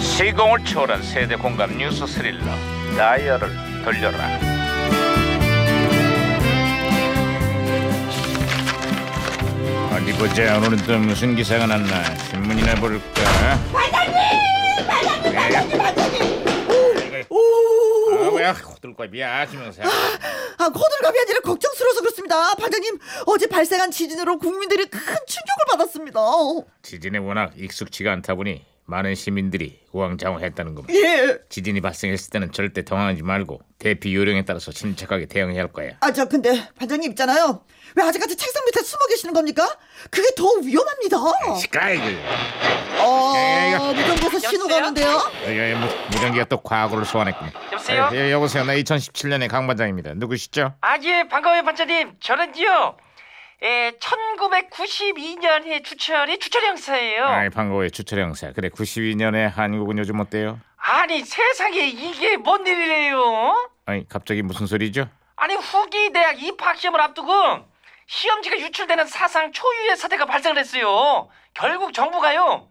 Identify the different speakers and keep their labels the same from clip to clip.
Speaker 1: 시공을 초월한 세대 공감 뉴스 스릴러 다이얼을 돌려라 어디 보자 오늘은 또 무슨 기사가 났나 신문이나 볼까 반장님 반장님 반장님 아 뭐야 호들갑이야 김영사
Speaker 2: 아, 호들갑이 아니라 걱정스러워서 그렇습니다. 반장님, 어제 발생한 지진으로 국민들이 큰 충격을 받았습니다.
Speaker 1: 지진에 워낙 익숙치가 않다 보니 많은 시민들이 우왕좌왕했다는 겁니다
Speaker 2: 예.
Speaker 1: 지진이 발생했을 때는 절대 당황하지 말고 대피 요령에 따라서 침착하게 대응해야 할 거야.
Speaker 2: 아, 저 근데 반장님 있잖아요. 왜 아직까지 책상 밑에 숨어 계시는 겁니까? 그게 더 위험합니다.
Speaker 1: 시끄러이
Speaker 2: 아, 무전기에서 신호가 오는데요.
Speaker 1: 뭐, 무전기가 또 과거를 소환했군.
Speaker 3: 여보세요?
Speaker 1: 예, 여보세요. 나 2017년의 강 반장입니다. 누구시죠?
Speaker 3: 아, 예, 반가워요, 반장님. 저는요, 에, 1992년에 주철이 주철 형사예요.
Speaker 1: 아이 반가워요 주철 형사. 그래 92년의 한국은 요즘 어때요?
Speaker 3: 아니, 세상에 이게 뭔 일이래요?
Speaker 1: 아니 갑자기 무슨 소리죠?
Speaker 3: 아니, 후기 대학 입학시험을 앞두고 시험지가 유출되는 사상 초유의 사태가 발생을 했어요. 결국 정부가요,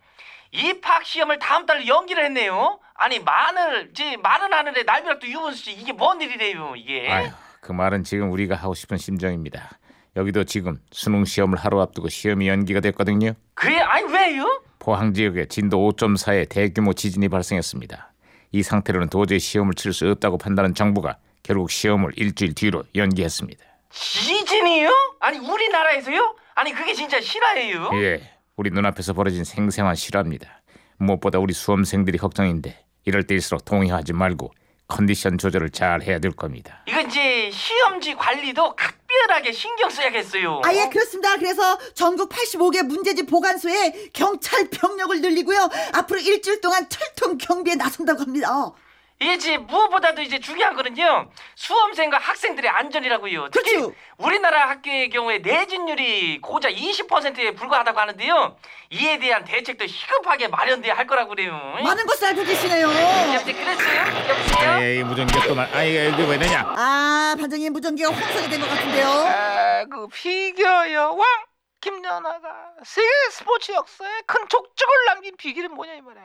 Speaker 3: 입학시험을 다음 달로 연기를 했네요. 아니, 마늘, 이제 마른 하늘에 날벼락도 유분수지. 이게 뭔 일이래요, 이게.
Speaker 1: 아휴 그 말은 지금 우리가 하고 싶은 심정입니다. 여기도 지금 수능 시험을 하루 앞두고 시험이 연기가 됐거든요.
Speaker 3: 그게, 아니, 왜요?
Speaker 1: 포항 지역에 진도 5.4의 대규모 지진이 발생했습니다. 이 상태로는 도저히 시험을 칠 수 없다고 판단한 정부가 결국 시험을 일주일 뒤로 연기했습니다.
Speaker 3: 지진이요? 아니 우리나라에서요? 아니 그게 진짜 실화예요?
Speaker 1: 예, 우리 눈앞에서 벌어진 생생한 실화입니다. 무엇보다 우리 수험생들이 걱정인데 이럴 때일수록 동의하지 말고 컨디션 조절을 잘 해야 될 겁니다.
Speaker 3: 이건 이제 시험지 관리도 각별하게 신경 써야겠어요.
Speaker 2: 아, 예, 그렇습니다. 그래서 전국 85개 문제집 보관소에 경찰 병력을 늘리고요. 앞으로 일주일 동안 철통 경비에 나선다고 합니다.
Speaker 3: 이제 무엇보다도 이제 중요한 거는요 수험생과 학생들의 안전이라고요. 특히
Speaker 2: 그렇죠.
Speaker 3: 우리나라 학교의 경우에 내진율이 고작 20%에 불과하다고 하는데요. 이에 대한 대책도 시급하게 마련돼야 할 거라고 그래요.
Speaker 2: 많은 것을 알고 계시네요.
Speaker 3: 여보세요? 그랬어요? 여보세요?
Speaker 1: 예, 에이 무전기가 또 말. 아이 예, 이게 왜 되냐?
Speaker 2: 아, 반장님 무전기가 혼선이 된 것 같은데요.
Speaker 3: 아그 피겨 여왕 김연아가 세계 스포츠 역사에 큰 족적을 남긴 비결이 뭐냐 이 말이야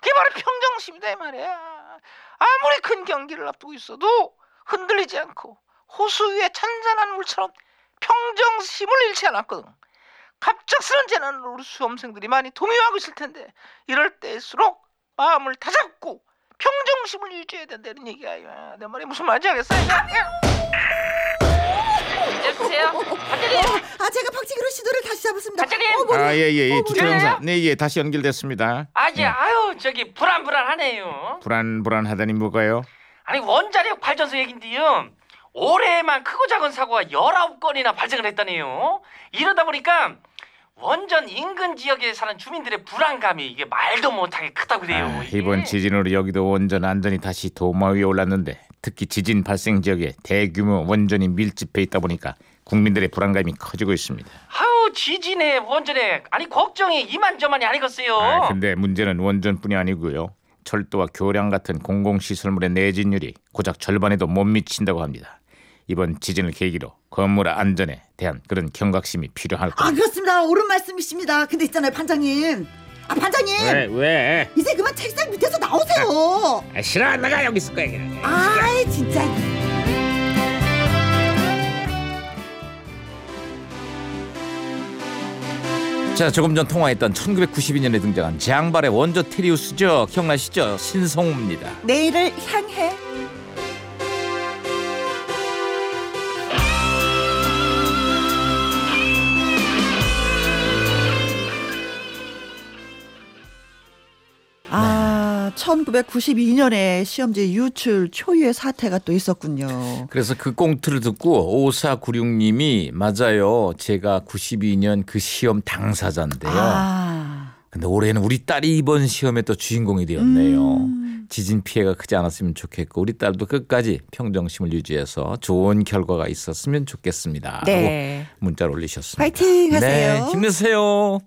Speaker 3: 그게 바로 평정심이다 이 말이야 아무리 큰 경기를 앞두고 있어도 흔들리지 않고 호수 위에 찬잔한 물처럼 평정심을 잃지 않았거든 갑작스런 재난으로 우리 수험생들이 많이 동요하고 있을 텐데 이럴 때일수록 마음을 다잡고 평정심을 유지해야 된다는 얘기야 이거야. 내 말이 무슨 말인지 알겠어? 여보세요? 반장님!
Speaker 2: 아 제가 박치기로 시도를 다시 잡았습니다.
Speaker 3: 반장님!
Speaker 2: 어, 뭐야?
Speaker 1: 아 예예예 주철
Speaker 3: 그래요?
Speaker 1: 형사. 네예 다시 연결됐습니다.
Speaker 3: 아니 아유 저기 불안불안하네요
Speaker 1: 불안불안하다니 뭐가요?
Speaker 3: 아니 원자력 발전소 얘긴데요 올해에만 크고 작은 사고가 19건이나 발생을 했다네요 이러다 보니까 원전 인근 지역에 사는 주민들의 불안감이 이게 말도 못하게 크다고 그래요
Speaker 1: 아,
Speaker 3: 이게.
Speaker 1: 이번 지진으로 여기도 원전 안전이 다시 도마 위에 올랐는데 특히 지진 발생 지역에 대규모 원전이 밀집해 있다 보니까 국민들의 불안감이 커지고 있습니다.
Speaker 3: 아유 지진에 원전에 아니 걱정이 이만저만이 아니겠어요
Speaker 1: 아, 근데 문제는 원전뿐이 아니고요. 철도와 교량 같은 공공시설물의 내진율이 고작 절반에도 못 미친다고 합니다. 이번 지진을 계기로 건물 안전에 대한 그런 경각심이 필요할
Speaker 2: 아
Speaker 1: 겁니다.
Speaker 2: 그렇습니다. 옳은 말씀이십니다. 근데 있잖아요 반장님. 아 반장님
Speaker 1: 왜 왜?
Speaker 2: 이제 그만 책상 밑에서 나오세요.
Speaker 1: 아, 싫어 나가 여기 있을 거야. 그냥.
Speaker 2: 아이 진짜.
Speaker 4: 자 조금 전 통화했던 1992년에 등장한 장발의 원조 테리우스죠 기억나시죠 신성우입니다
Speaker 2: 내일을 향해. 아, 1992년에 시험지 유출 초유의 사태가 또 있었군요.
Speaker 4: 그래서 그 꽁트를 듣고 5496님이 맞아요 제가 92년 그 시험 당사자인데요
Speaker 2: 아.
Speaker 4: 근데 올해는 우리 딸이 이번 시험에 또 주인공이 되었네요
Speaker 2: 음.
Speaker 4: 지진 피해가 크지 않았으면 좋겠고 우리 딸도 끝까지 평정심을 유지해서 좋은 결과가 있었으면 좋겠습니다
Speaker 1: 아,
Speaker 2: 네.
Speaker 4: 문자를 올리셨습니다
Speaker 2: 파이팅 하세요.
Speaker 4: 네 힘내세요